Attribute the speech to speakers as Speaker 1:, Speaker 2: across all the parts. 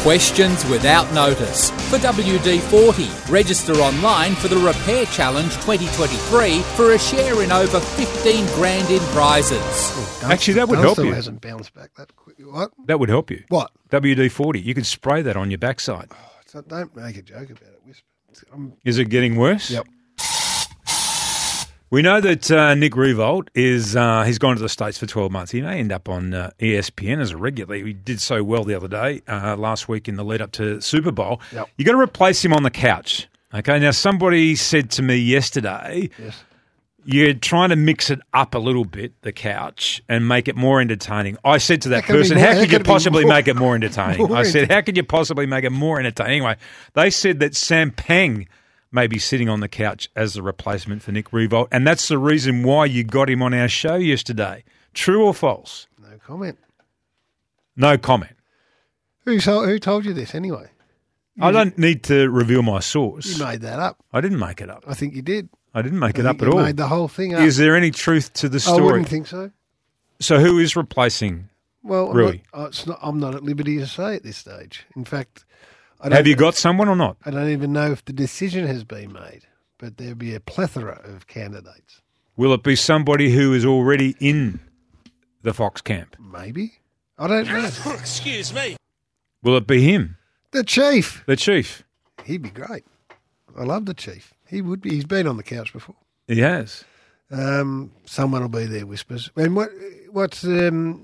Speaker 1: Questions without notice. For WD40, register online for the Repair Challenge 2023 for a share in over 15 grand in prizes.
Speaker 2: Actually, that would help
Speaker 3: Dunstall
Speaker 2: you.
Speaker 3: hasn't bounced back that quick. What?
Speaker 2: That would help you.
Speaker 3: What?
Speaker 2: WD 40. You could spray that on your backside.
Speaker 3: So don't make a joke about it. Whisper. I'm,
Speaker 2: Is it getting worse?
Speaker 3: Yep.
Speaker 2: We know that uh, Nick Revolt is, uh, he's gone to the States for 12 months. He may end up on uh, ESPN as a regular. He did so well the other day, uh, last week in the lead up to Super Bowl.
Speaker 3: Yep.
Speaker 2: you got to replace him on the couch. Okay. Now, somebody said to me yesterday,
Speaker 3: yes.
Speaker 2: you're trying to mix it up a little bit, the couch, and make it more entertaining. I said to that
Speaker 3: How can it be
Speaker 2: person,
Speaker 3: more-
Speaker 2: how
Speaker 3: how
Speaker 2: could you
Speaker 3: can it be
Speaker 2: possibly
Speaker 3: more-
Speaker 2: make it more entertaining?
Speaker 3: more
Speaker 2: I said, how could you possibly make it more entertaining? Anyway, they said that Sam Pang may be sitting on the couch as the replacement for Nick Revolt, and that's the reason why you got him on our show yesterday. True or false?
Speaker 3: No comment.
Speaker 2: No comment.
Speaker 3: Who told, who told you this anyway?
Speaker 2: I don't need to reveal my
Speaker 3: You
Speaker 2: source.
Speaker 3: made that up.
Speaker 2: I didn't make it up.
Speaker 3: I think you did.
Speaker 2: I didn't make
Speaker 3: I
Speaker 2: it
Speaker 3: think
Speaker 2: up at
Speaker 3: you
Speaker 2: all.
Speaker 3: made the whole thing up.
Speaker 2: Is there any truth to the
Speaker 3: I
Speaker 2: story?
Speaker 3: wouldn't think so.
Speaker 2: So, who is replacing?
Speaker 3: Well, I'm
Speaker 2: Really?
Speaker 3: not, uh, it's not, I'm not at liberty to say at this stage. In fact, I don't,
Speaker 2: Have you got someone or not?
Speaker 3: I don't even know if the decision has been made, but there'll be a plethora of candidates.
Speaker 2: Will it be somebody who is already in the Fox camp?
Speaker 3: Maybe. I don't know.
Speaker 2: Will it be him,
Speaker 3: The chief.
Speaker 2: the chief?
Speaker 3: He'd be great. I love the chief. He would be. He's been on the couch before.
Speaker 2: He has.
Speaker 3: Um, someone will be there, whispers. And what? What's um?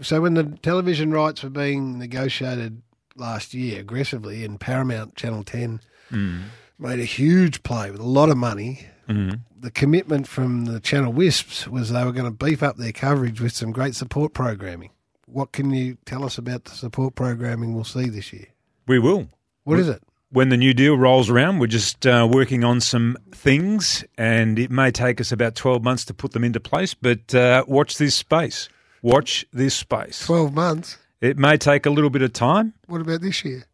Speaker 3: So when the television rights were being negotiated last year aggressively, and Paramount Channel Ten Mm. made a huge play with a lot of money. The commitment from the Channel Wisps was they were going to beef up their coverage with some great support programming. What can you tell us about the support programming we'll see this year?
Speaker 2: We will.
Speaker 3: What is it?
Speaker 2: When the new deal rolls around, we're just uh, working on some things, and it may take us about 12 months to put them into place, but uh, watch this space. Watch this space.
Speaker 3: Twelve months.
Speaker 2: It may take a little bit of time.
Speaker 3: What about this year?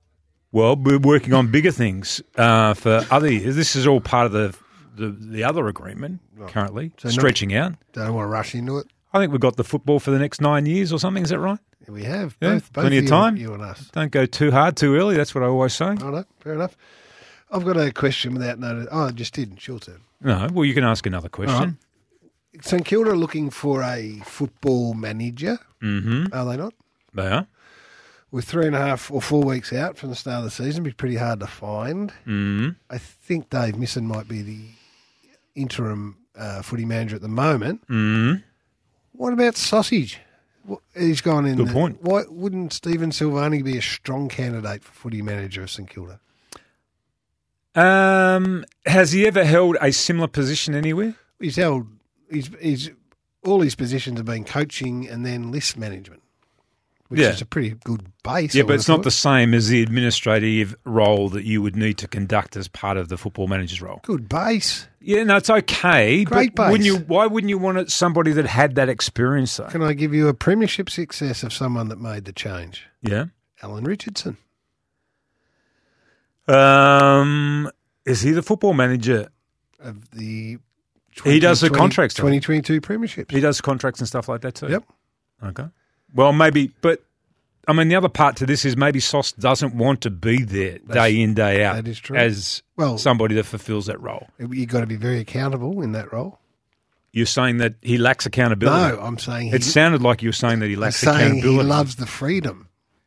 Speaker 2: Well, we're working on bigger things uh, for other years. This is all part of the, the, the other agreement currently,
Speaker 3: So no-
Speaker 2: stretching out.
Speaker 3: Don't want to rush into it.
Speaker 2: I think we've got the football for the next nine years or something. Is that right?
Speaker 3: We have
Speaker 2: Yeah,
Speaker 3: both, both
Speaker 2: plenty of
Speaker 3: you-
Speaker 2: time.
Speaker 3: You and us.
Speaker 2: Don't go too hard too early. That's what I always say.
Speaker 3: All right, fair enough. I've got a question without notice. Oh, I just did. It's your turn.
Speaker 2: No. Well, you can ask another question.
Speaker 3: St Kilda are looking for a football manager. Mm-hmm. Are they not?
Speaker 2: They are.
Speaker 3: We're three and a half or four weeks out from the start of the season. Be pretty hard to find. Mm-hmm. I think Dave Misson might be the interim uh, footy manager at the moment. Mm-hmm. What about sausage? What- He's gone in.
Speaker 2: Good
Speaker 3: the-
Speaker 2: point.
Speaker 3: Why wouldn't Stephen Silvani be a strong candidate for footy manager of St Kilda?
Speaker 2: Um, has he ever held a similar position anywhere?
Speaker 3: he's held he's he's all his positions have been coaching and then list management, which
Speaker 2: Yeah.
Speaker 3: is a pretty good base. I
Speaker 2: yeah, but
Speaker 3: would've
Speaker 2: it's not the
Speaker 3: thought.
Speaker 2: same as the administrative role that you would need to conduct as part of the football manager's role.
Speaker 3: good base.
Speaker 2: Yeah, no, it's okay.
Speaker 3: Great
Speaker 2: but wouldn't
Speaker 3: base.
Speaker 2: you? Why wouldn't you want it, somebody that had that experience though?
Speaker 3: Can I give you a premiership success of someone that made the change?
Speaker 2: yeah.
Speaker 3: Alan Richardson.
Speaker 2: Um, is he the football manager?
Speaker 3: Of the
Speaker 2: He does the
Speaker 3: 2020
Speaker 2: contracts, doesn't he?
Speaker 3: 2022 premierships.
Speaker 2: He does contracts and stuff like that too.
Speaker 3: Yep.
Speaker 2: Okay. Well, maybe, but I mean, the other part to this is maybe Sauce doesn't want to be there day in day out.
Speaker 3: that is true.
Speaker 2: As
Speaker 3: Well-
Speaker 2: somebody that fulfills that role,
Speaker 3: You've got to be very accountable in that role.
Speaker 2: you're saying that he lacks accountability.
Speaker 3: No, I'm saying he,
Speaker 2: it sounded like you were saying that he
Speaker 3: I'm
Speaker 2: lacks
Speaker 3: saying he
Speaker 2: accountability.
Speaker 3: loves the freedom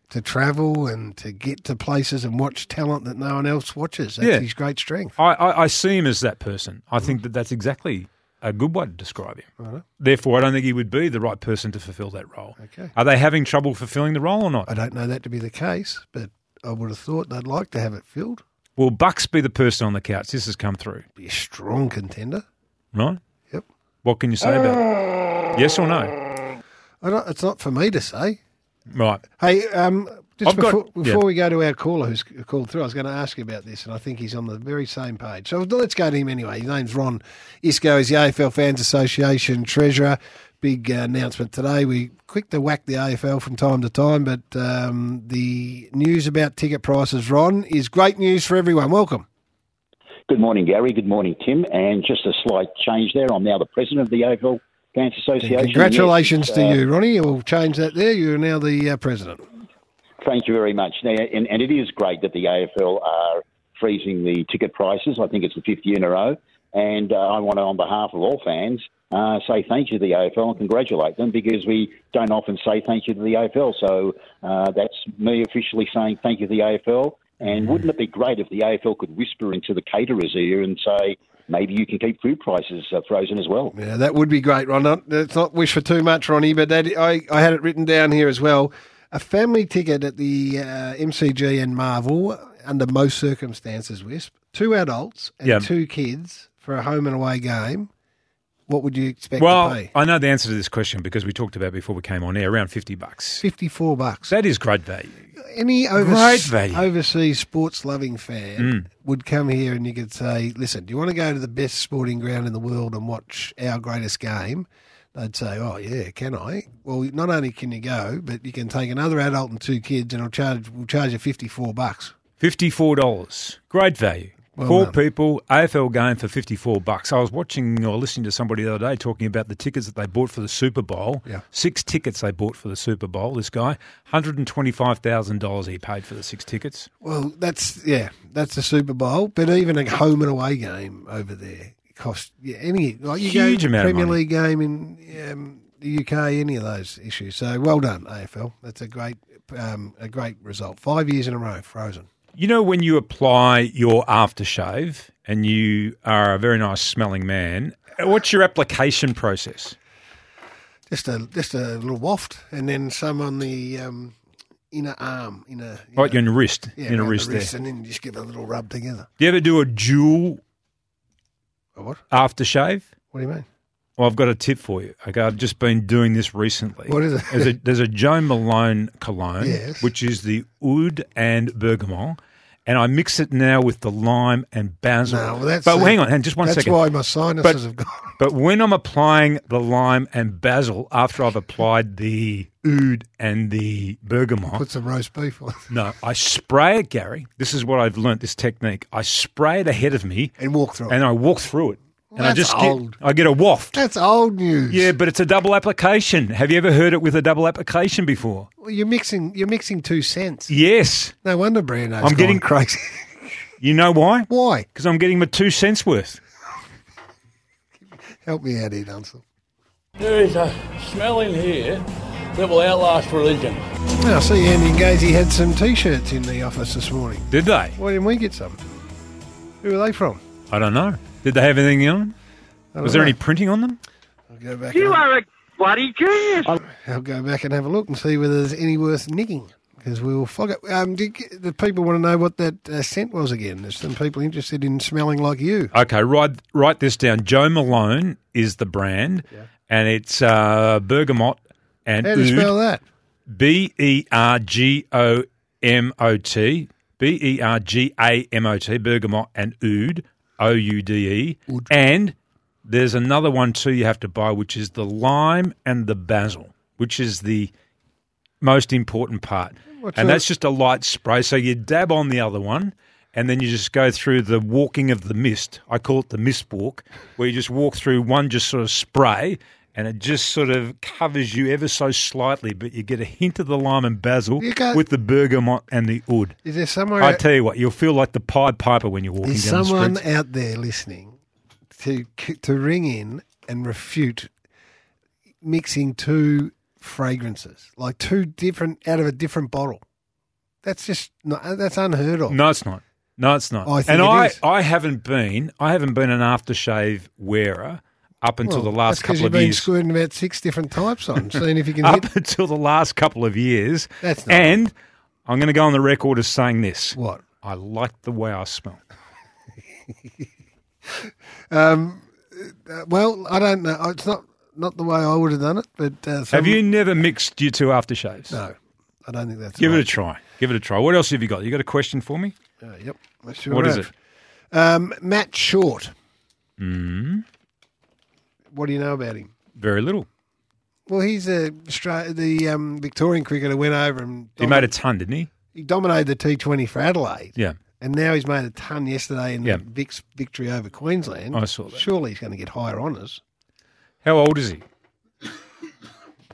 Speaker 3: to travel and to get to places and watch talent that no one else watches. That's
Speaker 2: Yeah.
Speaker 3: his great strength.
Speaker 2: I, I, I see him as that person. I think that that's exactly a good way to describe him. Therefore, I don't think he would be the right person to fulfil that role.
Speaker 3: Okay.
Speaker 2: Are they having trouble fulfilling the role or not?
Speaker 3: I don't know that to be the case, but I would have thought they'd like to have it filled.
Speaker 2: Will Bucks be the person on the couch? This has come through,
Speaker 3: Be a strong contender.
Speaker 2: right?
Speaker 3: Yep.
Speaker 2: What can you say about
Speaker 3: Ah.
Speaker 2: it? Yes or no?
Speaker 3: I don't, it's not for me to say.
Speaker 2: Right.
Speaker 3: Hey, um, just
Speaker 2: I've got-
Speaker 3: before,
Speaker 2: yeah.
Speaker 3: before we go to our caller who's called through, I was going to ask you about this, and I think he's on the very same page. So let's go to him anyway. His name's Ron Isco. He's the AFL Fans Association treasurer. Big uh, announcement today. We quick to whack the AFL from time to time, but um, the news about ticket prices, Ron, is great news for everyone. Welcome.
Speaker 4: Good morning, Gary. Good morning, Tim. And just a slight change there. I'm now the president of the AFL Fans Association.
Speaker 3: Congratulations
Speaker 4: Yes,
Speaker 3: to
Speaker 4: uh,
Speaker 3: you, Ronnie. We'll change that there. You're now the uh, president.
Speaker 4: Thank you very much. Now, and, and it is great that the AFL are freezing the ticket prices. I think it's the fifth year in a row. And uh, I want to, on behalf of all fans, uh, say thank you to the AFL and congratulate them because we don't often say thank you to the AFL. So uh, that's me officially saying thank you to the AFL. And wouldn't it be great if the AFL could whisper into the caterer's ear and say, maybe you can keep food prices uh, frozen as well?
Speaker 3: Yeah, that would be great, Ron. Not, let's not wish for too much, Ronnie, but that, I, I had it written down here as well. A family ticket at the uh, MCG and Marvel, under most circumstances, Wisp, two adults and
Speaker 2: Yeah.
Speaker 3: two kids for a home and away game. What would you expect to
Speaker 2: Well,
Speaker 3: pay?
Speaker 2: I know the answer to this question because we talked about it before we came on air around 50 bucks.
Speaker 3: 54 bucks.
Speaker 2: That is great value.
Speaker 3: Any over-
Speaker 2: Great value. Mm.
Speaker 3: overseas sports loving fan would come here and you could say, listen, do you want to go to the best sporting ground in the world and watch our greatest game? They'd say, oh, yeah, can I? Well, not only can you go, but you can take another adult and two kids and I'll charge, we'll charge you 54 bucks.
Speaker 2: $54. Great value.
Speaker 3: Well
Speaker 2: Four
Speaker 3: done.
Speaker 2: people, AFL game for 54 bucks. I was watching or listening to somebody the other day talking about the tickets that they bought for the Super Bowl.
Speaker 3: Yeah.
Speaker 2: Six tickets they bought for the Super Bowl, this guy. $125,000 he paid for the six tickets.
Speaker 3: Well, that's, yeah, that's the Super Bowl, but even a home and away game over there costs, yeah, any, like you
Speaker 2: Huge
Speaker 3: go
Speaker 2: amount of
Speaker 3: Premier
Speaker 2: money.
Speaker 3: League game in um, the UK, any of those issues. So well done, AFL. That's a great, um, a great result. Five years in a row, frozen.
Speaker 2: You know, when you apply your aftershave and you are a very nice smelling man, uh, what's your application process?
Speaker 3: Just a just a little waft, and then some on the um, inner arm, inner. You
Speaker 2: Right, your wrist,
Speaker 3: yeah,
Speaker 2: in a
Speaker 3: around the
Speaker 2: wrist there.
Speaker 3: and then just give it a little rub together.
Speaker 2: Do you ever do a dual
Speaker 3: Oh, what?
Speaker 2: aftershave?
Speaker 3: What do you mean?
Speaker 2: Well, I've got a tip for you. Okay, I've just been doing this recently.
Speaker 3: What is it?
Speaker 2: There's a, there's a Joe Malone cologne,
Speaker 3: Yes.
Speaker 2: which is the Oud and Bergamot, and I mix it now with the lime and basil.
Speaker 3: No, well, that's
Speaker 2: but
Speaker 3: it.
Speaker 2: hang on, hang on, just one
Speaker 3: That's
Speaker 2: second.
Speaker 3: why my sinuses
Speaker 2: But-
Speaker 3: have gone.
Speaker 2: But when I'm applying the lime and basil after I've applied the oud and the bergamot,
Speaker 3: Put some roast beef on
Speaker 2: no, I spray it, Gary. This is what I've learnt this technique. I spray it ahead of me
Speaker 3: and walk through.
Speaker 2: and
Speaker 3: it.
Speaker 2: I walk through it. and I
Speaker 3: that's
Speaker 2: just
Speaker 3: old.
Speaker 2: get I get a waft.
Speaker 3: That's old news.
Speaker 2: Yeah, but it's a double application. Have you ever heard it with a double application before?
Speaker 3: Well, you're mixing. You're mixing two cents.
Speaker 2: Yes.
Speaker 3: No wonder Brando's.
Speaker 2: I'm getting-
Speaker 3: gone crazy.
Speaker 2: You know why?
Speaker 3: why?
Speaker 2: Because I'm getting my two cents worth.
Speaker 3: Help me out here, Dunsel.
Speaker 5: There is a smell in here that will outlast religion.
Speaker 3: Now, I see Andy and Gazy had some T-shirts in the office this morning.
Speaker 2: Did they?
Speaker 3: Why didn't we get some? Who are they from?
Speaker 2: I don't know. Did they have anything on?
Speaker 3: I
Speaker 2: Was
Speaker 3: don't
Speaker 2: there any
Speaker 3: know.
Speaker 2: printing on them?
Speaker 3: I'll go back.
Speaker 6: You
Speaker 3: and-
Speaker 6: are a bloody genius.
Speaker 3: I'll go back and have a look and see whether there's any worth nicking because we will flog it. Um, do you- the people want to know what that uh, scent was again. There's some people interested in smelling like you.
Speaker 2: Okay, write write this down. Joe Malone is the brand, and it's uh, bergamot and
Speaker 3: How do you smell that?
Speaker 2: B E R G O M O T B E R G A M O T bergamot and oud O U D E and there's another one too you have to buy which is the lime and the basil which is the most important part
Speaker 3: What's
Speaker 2: and
Speaker 3: that?
Speaker 2: that's just a light spray so you dab on the other one and then you just go through the walking of the mist I call it the mist walk where you just walk through one just sort of spray and it just sort of covers you ever so slightly but you get a hint of the lime and basil
Speaker 3: You can't-
Speaker 2: with the bergamot and the oud
Speaker 3: Is there somewhere?
Speaker 2: I tell you what, you'll feel like the Pied Piper when you're walking
Speaker 3: is
Speaker 2: down
Speaker 3: someone
Speaker 2: the street.
Speaker 3: out there listening to to ring in and refute mixing two fragrances like two different out of a different bottle? That's just not, uh, that's unheard of.
Speaker 2: No, it's not. No, it's not.
Speaker 3: Oh, I think
Speaker 2: and
Speaker 3: it
Speaker 2: I,
Speaker 3: is.
Speaker 2: I haven't been, I haven't been an aftershave wearer up until
Speaker 3: Well,
Speaker 2: the last
Speaker 3: that's 'cause
Speaker 2: couple
Speaker 3: you've
Speaker 2: of
Speaker 3: been
Speaker 2: years. Uh,
Speaker 3: squirting about six different types on, seeing if you can hit
Speaker 2: Up until the last couple of years.
Speaker 3: That's not-
Speaker 2: and I'm going to go on the record as saying this:
Speaker 3: what.
Speaker 2: I like the way I smell.
Speaker 3: Well, I don't know. Uh, It's not not the way I would have done it, but uh, some-
Speaker 2: Have you never mixed your two aftershaves?
Speaker 3: No, I don't think that's
Speaker 2: Give it a
Speaker 3: right.
Speaker 2: try. Give it a try. What else have you got? You got a question for me?
Speaker 3: Uh, yep. I sure
Speaker 2: What is
Speaker 3: have.
Speaker 2: it?
Speaker 3: Um, Matt Short. Mm.
Speaker 2: Mm-hmm.
Speaker 3: What do you know about him?
Speaker 2: Very little.
Speaker 3: Well, he's a Austra- the um, Victorian cricketer went over and
Speaker 2: He made a ton, didn't he?
Speaker 3: he dominated the T Twenty for Adelaide,
Speaker 2: Yeah.
Speaker 3: and now he's made a ton yesterday in
Speaker 2: Yeah.
Speaker 3: the Vic's victory over Queensland.
Speaker 2: I saw that.
Speaker 3: Surely he's going to get higher honours.
Speaker 2: How old is he?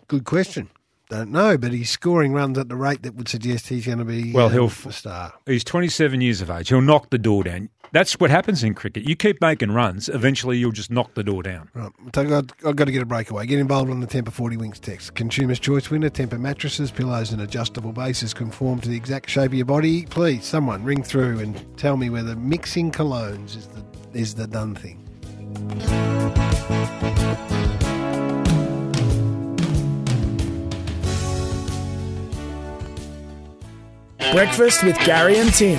Speaker 3: Good question. Don't know, but he's scoring runs at the rate that would suggest he's going to be
Speaker 2: Well,
Speaker 3: um,
Speaker 2: he'll f-
Speaker 3: a star.
Speaker 2: He's 27 years of age. He'll knock the door down. That's what happens in cricket. You keep making runs, eventually you'll just knock the door down.
Speaker 3: Right. So I've got, I've got to get a breakaway. Get involved on the Temper 40 Winks text. Consumer's choice winner. Temper mattresses, pillows, and adjustable bases conform to the exact shape of your body. Please, someone ring through and tell me whether mixing colognes is the is the done thing.
Speaker 7: Breakfast with Gary and Tim.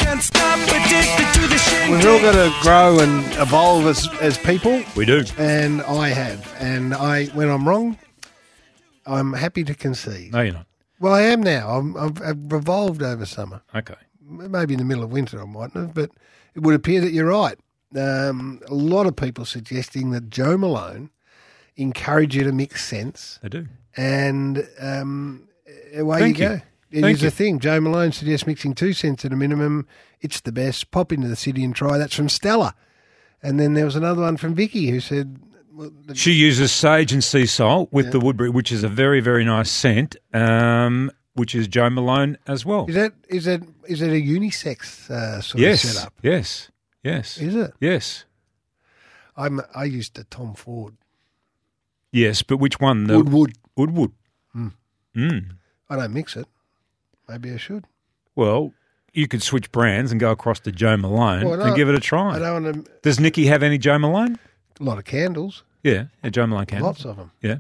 Speaker 3: We've all got to grow and evolve as, as people,
Speaker 2: We do.
Speaker 3: and I have. And I, when I'm wrong, I'm happy to concede.
Speaker 2: No, you're not.
Speaker 3: Well, I am now. I'm, I've, I've revolved over summer.
Speaker 2: Okay.
Speaker 3: maybe in the middle of winter I mightn't have, but it would appear that you're right. Um, a lot of people suggesting that Joe Malone encouraged you to mix sense,
Speaker 2: They do.
Speaker 3: and um, away
Speaker 2: Thank
Speaker 3: you
Speaker 2: you.
Speaker 3: go. It is
Speaker 2: Thank you.
Speaker 3: a thing. Joe Malone suggests mixing two cents at a minimum. It's the best. Pop into the city and try. That's from Stella. And then there was another one from Vicky who said, well, the,
Speaker 2: She uses sage and sea salt with the Woodbury, which is a very, very nice scent, um, which is Joe Malone as well.
Speaker 3: "Is that is that is that a unisex uh, sort of
Speaker 2: yes.
Speaker 3: setup?
Speaker 2: Yes. Yes.
Speaker 3: Is it?
Speaker 2: Yes.
Speaker 3: I'm I used the Tom Ford
Speaker 2: Yes. But which one? The
Speaker 3: Wood Wood.
Speaker 2: Woodwood. Mm.
Speaker 3: I don't mix it. Maybe I should.
Speaker 2: Well, you could switch brands and go across to Joe Malone
Speaker 3: Well, I
Speaker 2: and
Speaker 3: don't-
Speaker 2: give it a
Speaker 3: I
Speaker 2: try.
Speaker 3: don't want to
Speaker 2: Does Nikki have any Joe Malone?
Speaker 3: a lot of candles,
Speaker 2: Yeah, yeah Joe Malone can.
Speaker 3: lots of them.
Speaker 2: Yeah.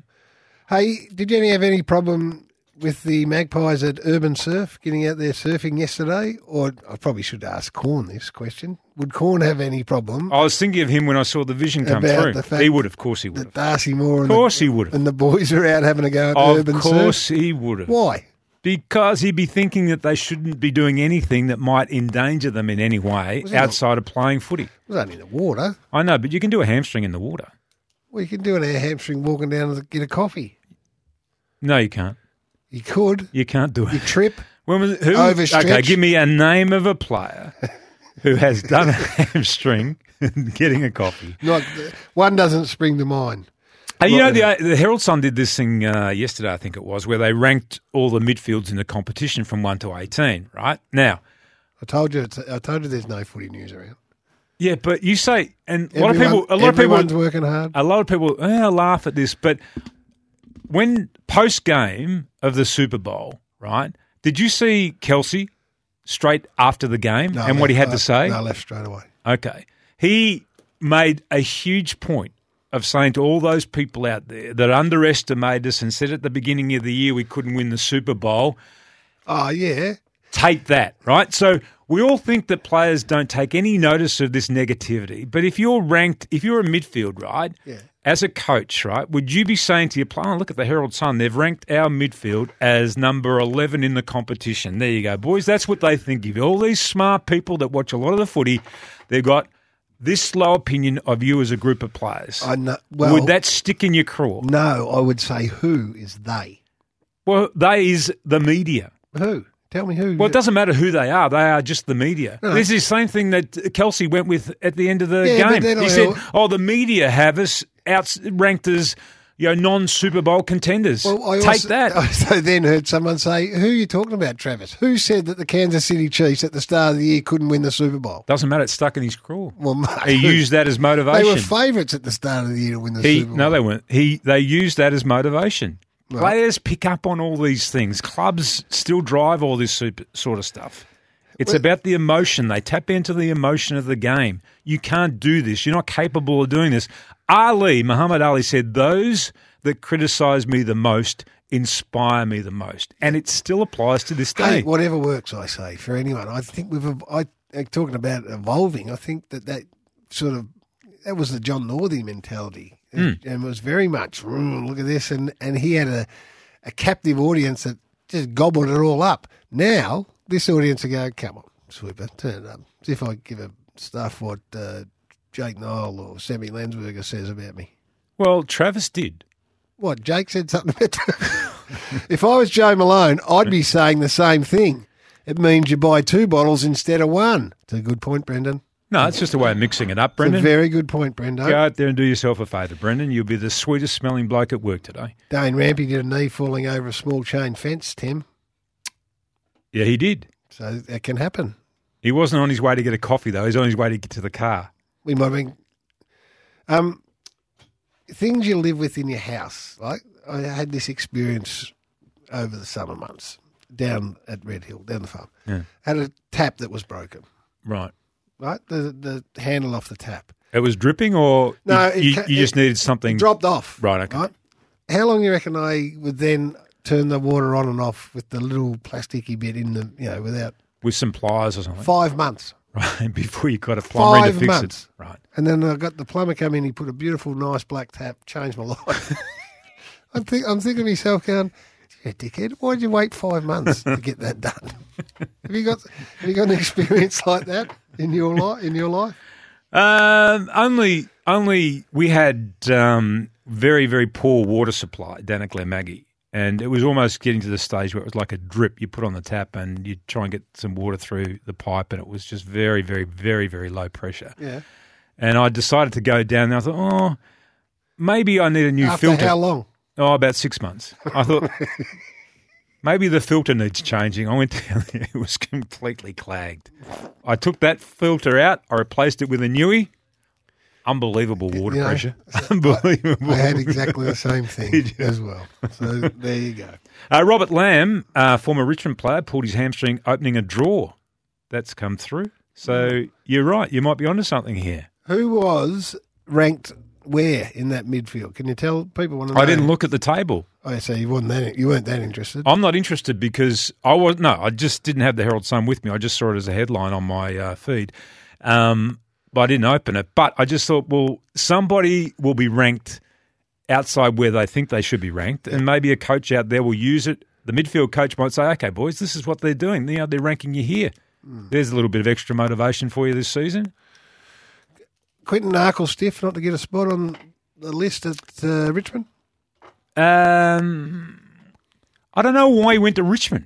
Speaker 3: Hey, did Jenny have any problem with the Magpies at Urban Surf getting out there surfing yesterday? Or I probably should ask Corn this question. Would Corn have any problem
Speaker 2: I was thinking of him when I saw the vision come
Speaker 3: About
Speaker 2: through.
Speaker 3: the fact
Speaker 2: he would, of course, he would.
Speaker 3: that
Speaker 2: Of
Speaker 3: Darcy Moore and,
Speaker 2: course,
Speaker 3: the,
Speaker 2: he would.
Speaker 3: and the boys are out having a go at
Speaker 2: Of
Speaker 3: Urban
Speaker 2: course,
Speaker 3: Surf?
Speaker 2: he would. have.
Speaker 3: Why?
Speaker 2: Because he'd be thinking that they shouldn't be doing anything that might endanger them in any way
Speaker 3: Wasn't it-
Speaker 2: outside of playing footy.
Speaker 3: It was only the water.
Speaker 2: I know, but you can do a hamstring in the water.
Speaker 3: Well, you can do an air hamstring walking down to get a coffee.
Speaker 2: No, you can't.
Speaker 3: You could.
Speaker 2: You can't do
Speaker 3: You
Speaker 2: it.
Speaker 3: trip.
Speaker 2: When was, who,
Speaker 3: Overstretched.
Speaker 2: okay, give me a name of a player who has done a hamstring getting a coffee.
Speaker 3: Not, one doesn't spring to mind.
Speaker 2: Hey, you know,
Speaker 3: Right,
Speaker 2: the, uh, the Herald Sun did this thing uh, yesterday, I think it was, where they ranked all the midfields in the competition from 1 to 18, right? Now,
Speaker 3: I told you. It's, I told you. There's no footy news around.
Speaker 2: yeah, but you say, and a lot of people, a lot of people,
Speaker 3: everyone's working hard.
Speaker 2: a lot of people eh, laugh at this, but when post game of the Super Bowl, right? Did you see Kelsey straight after the game
Speaker 3: No,
Speaker 2: and what he
Speaker 3: left-
Speaker 2: had to say?
Speaker 3: Uh, No, left straight away.
Speaker 2: Okay. He made a huge point of saying to all those people out there that underestimated us and said at the beginning of the year we couldn't win the Super Bowl,
Speaker 3: Oh yeah.
Speaker 2: take that, right? So we all think that players don't take any notice of this negativity, but if you're ranked, if you're a midfield, right?
Speaker 3: Yeah.
Speaker 2: As a coach, right, would you be saying to your player, oh, look at the Herald Sun, they've ranked our midfield as number 11 in the competition. There you go, boys. That's what they think of you. All these smart people that watch a lot of the footy, they've got this low opinion of you as a group of players.
Speaker 3: I know. Well,
Speaker 2: would that stick in your craw?
Speaker 3: no, I would say who is they?
Speaker 2: Well, they is the media.
Speaker 3: Who? Tell me who.
Speaker 2: Well, it doesn't matter who they are. They are just the media.
Speaker 3: No.
Speaker 2: This is the same thing that Kelsey went with at the end of the
Speaker 3: Yeah, but
Speaker 2: game.
Speaker 3: then
Speaker 2: He
Speaker 3: I-
Speaker 2: said, "Oh, the media have us out ranked as you know non Super Bowl contenders.
Speaker 3: Well, I
Speaker 2: Take
Speaker 3: also,
Speaker 2: that."
Speaker 3: I also then heard someone say, "Who are you talking about, Travis? Who said that the Kansas City Chiefs at the start of the year couldn't win the Super Bowl?"
Speaker 2: Doesn't matter. It's stuck in his craw.
Speaker 3: Well, mate,
Speaker 2: he used that as
Speaker 3: they were
Speaker 2: motivation.
Speaker 3: favourites at the start of the year to win the
Speaker 2: he
Speaker 3: Super Bowl.
Speaker 2: no, they weren't. He they used that as motivation. Players pick up on all these things. Clubs still drive all this super, sort of stuff. It's about the emotion. They tap into the emotion of the game. You can't do this. You're not capable of doing this. Ali, Muhammad Ali said, Those that criticize me the most inspire me the most. And it still applies to this
Speaker 3: Hey,
Speaker 2: day.
Speaker 3: whatever works, I say for anyone. I think we've. ev- I uh, talking about evolving. I think that that sort of that was the John Northey mentality, and,
Speaker 2: Hmm.
Speaker 3: and was very much "Mm, look at this, and and he had a a captive audience that just gobbled it all up. Now this audience are going, come on, sweeper, turn it up. See if I give a stuff what uh, Jake Nile or Sammy Landsberger says about me.
Speaker 2: well, Travis did.
Speaker 3: What Jake said something about. if I was Joe Malone, I'd be saying the same thing. It means you buy two bottles instead of one. It's a good point, Brendan.
Speaker 2: No, it's just a way of mixing it up,
Speaker 3: It's a
Speaker 2: Brendan.
Speaker 3: very good point, Brendo.
Speaker 2: Go out there and do yourself a favour, Brendan. You'll be the sweetest smelling bloke at work today.
Speaker 3: Dane Rampy did a knee falling over a small chain fence, Tim.
Speaker 2: Yeah, he did.
Speaker 3: So that can happen.
Speaker 2: He wasn't on his way to get a coffee though. He's on his way to get to the car.
Speaker 3: We might have been. Um, things you live with in your house. Like I had this experience over the summer months down at Red Hill, down the farm.
Speaker 2: Yeah.
Speaker 3: Had a tap that was broken.
Speaker 2: Right.
Speaker 3: Right, the the handle off the tap
Speaker 2: It was dripping, or
Speaker 3: No,
Speaker 2: you,
Speaker 3: it
Speaker 2: you,
Speaker 3: ca-
Speaker 2: you just
Speaker 3: it-
Speaker 2: needed something.
Speaker 3: dropped off.
Speaker 2: Right, okay.
Speaker 3: How long you reckon I would then turn the water on and off with the little plasticky bit in the you know without
Speaker 2: with some pliers or something,
Speaker 3: five months?
Speaker 2: right? Before you got a plumber in to
Speaker 3: Five
Speaker 2: fix
Speaker 3: months.
Speaker 2: it, right?
Speaker 3: And then I got the plumber come in. He put a beautiful, nice black tap. Changed my life. I'm, think, I'm thinking to myself, going, "You dickhead! Why'd you wait five months to get that done? have you got Have you got an experience like that in your life? In your life?
Speaker 2: Um, only, only we had um, very, very poor water supply down at Glenmaggie, and it was almost getting to the stage where it was like a drip. You put on the tap and you try and get some water through the pipe, and it was just very, very, very, very low pressure.
Speaker 3: Yeah.
Speaker 2: And I decided to go down there. I thought, oh, maybe I need a new
Speaker 3: After
Speaker 2: filter.
Speaker 3: how long?
Speaker 2: Oh, about six months. I thought maybe the filter needs changing. I went down there; it was completely clagged. I took that filter out. I replaced it with a newie. Unbelievable water
Speaker 3: You know,
Speaker 2: pressure. Unbelievable.
Speaker 3: I had exactly the same thing as well. So there you go.
Speaker 2: Uh, Robert Lamb, uh, former Richmond player, pulled his hamstring opening a drawer. That's come through. So you're right. You might be onto something here.
Speaker 3: Who was ranked where in that midfield? Can you tell people? Want to know?
Speaker 2: I didn't look at the table.
Speaker 3: Oh, so you weren't that. You weren't that interested.
Speaker 2: I'm not interested because I was no, I just didn't have the Herald Sun with me. I just saw it as a headline on my uh, feed, um, but I didn't open it. But I just thought, well, somebody will be ranked outside where they think they should be ranked, and maybe a coach out there will use it. The midfield coach might say, "Okay, boys, this is what they're doing. You know, they're ranking you here. There's a little bit of extra motivation for you this season."
Speaker 3: Quentin Arkle stiff not to get a spot on the list at uh, Richmond.
Speaker 2: Um, I don't know why he went to Richmond.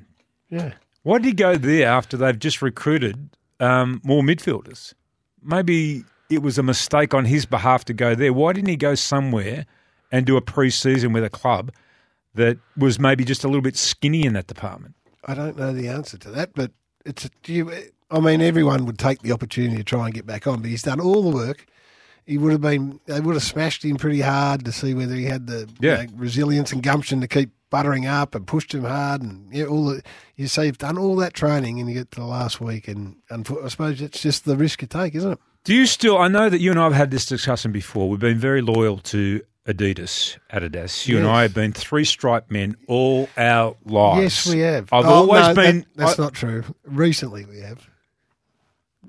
Speaker 3: Yeah.
Speaker 2: Why did he go there after they've just recruited um, more midfielders? Maybe it was a mistake on his behalf to go there. Why didn't he go somewhere and do a pre-season with a club that was maybe just a little bit skinny in that department?
Speaker 3: I don't know the answer to that, but it's. Do you, I mean, everyone would take the opportunity to try and get back on, but he's done all the work. He would have been. They would have smashed him pretty hard to see whether he had the you
Speaker 2: Yeah.
Speaker 3: know, resilience and gumption to keep buttering up and pushed him hard and yeah, all the. You say you've done all that training and you get to the last week and, and I suppose it's just the risk you take, isn't it?
Speaker 2: Do you still? I know that you and I have had this discussion before. We've been very loyal to Adidas, Adidas. You and
Speaker 3: Yes.
Speaker 2: I have been three-stripe men all our lives.
Speaker 3: Yes, we have.
Speaker 2: I've
Speaker 3: Oh,
Speaker 2: always
Speaker 3: no,
Speaker 2: been.
Speaker 3: that- that's
Speaker 2: I-
Speaker 3: not true. Recently, we have.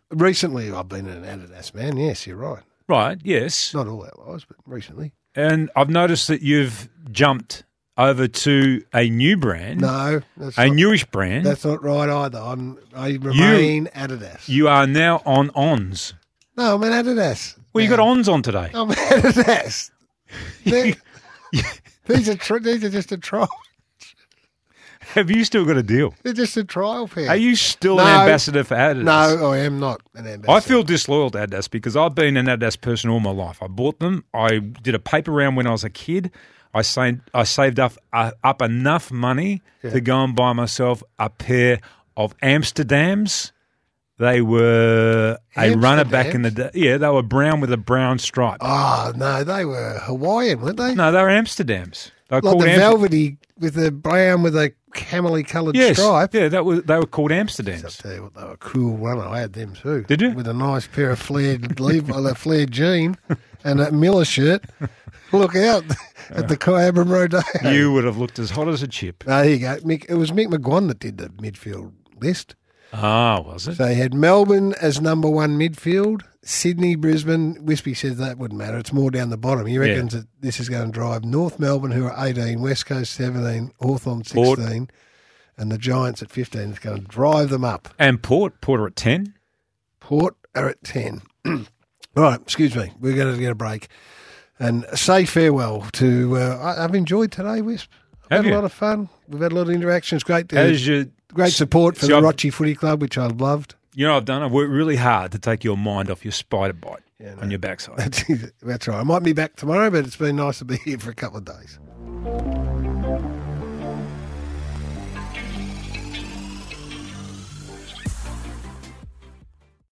Speaker 3: Recently, I've been an Adidas man. Yes, you're right.
Speaker 2: right. Yes.
Speaker 3: Not all our lives, but recently.
Speaker 2: And I've noticed that you've jumped over to a new brand,
Speaker 3: No, that's
Speaker 2: a
Speaker 3: not,
Speaker 2: newish brand.
Speaker 3: that's not right either. I'm, I remain Adidas.
Speaker 2: you are now on ONS.
Speaker 3: no, I'm an Adidas.
Speaker 2: Well, you got
Speaker 3: man.
Speaker 2: ONS on today.
Speaker 3: I'm Adidas. They're- these are tr- these are just a trial.
Speaker 2: Have you still got a deal?
Speaker 3: They're just a trial pair.
Speaker 2: Are you still an
Speaker 3: No.
Speaker 2: ambassador for Adidas?
Speaker 3: No, I am not an Adidas.
Speaker 2: I feel disloyal to Adidas because I've been an Adidas person all my life. I bought them. I did a paper round when I was a kid. I saved, I saved up, uh, up enough money to go and buy myself a pair of Amsterdams. They were a runner back in the day. Yeah, they were brown with a brown stripe.
Speaker 3: Oh, no, they were Hawaiian, weren't they?
Speaker 2: No, they were Amsterdams. They were
Speaker 3: like
Speaker 2: called
Speaker 3: the
Speaker 2: Amster-
Speaker 3: velvety with the brown with a camely coloured
Speaker 2: yes,
Speaker 3: stripe.
Speaker 2: Yeah, that was, they were called
Speaker 3: I'll
Speaker 2: Amsterdams.
Speaker 3: tell you what, they were a cool runner. I had them too.
Speaker 2: Did you?
Speaker 3: With a nice pair of flared leave, a flared jean, and a Miller shirt. Look out at the Kyabram Rodeo.
Speaker 2: You would have looked as hot as a chip.
Speaker 3: Oh, there you go. Mick, it was Mick McGuan that did the midfield list.
Speaker 2: Ah, was it?
Speaker 3: So he had Melbourne as number one midfield, Sydney, Brisbane. Wispy says that wouldn't matter. It's more down the bottom. He reckons that this is going to drive North Melbourne, who are 18, West Coast 17, Hawthorn 16,
Speaker 2: Port.
Speaker 3: and the Giants at 15. It's going to drive them up.
Speaker 2: And Port, Porter at 10.
Speaker 3: Port are at 10. All right, excuse me. We're going to get a break and say farewell to. Uh, I, I've enjoyed today, Wisp. I've
Speaker 2: Have
Speaker 3: had
Speaker 2: you?
Speaker 3: a lot of fun. We've had a lot of interaction. It's great to
Speaker 2: As you
Speaker 3: great support for
Speaker 2: See,
Speaker 3: the
Speaker 2: I've-
Speaker 3: Rochie Footy Club, which I loved.
Speaker 2: You know what I've done? I've worked really hard to take your mind off your spider bite
Speaker 3: Yeah,
Speaker 2: on
Speaker 3: no.
Speaker 2: your backside.
Speaker 3: That's right. I might be back tomorrow, but it's been nice to be here for a couple of days.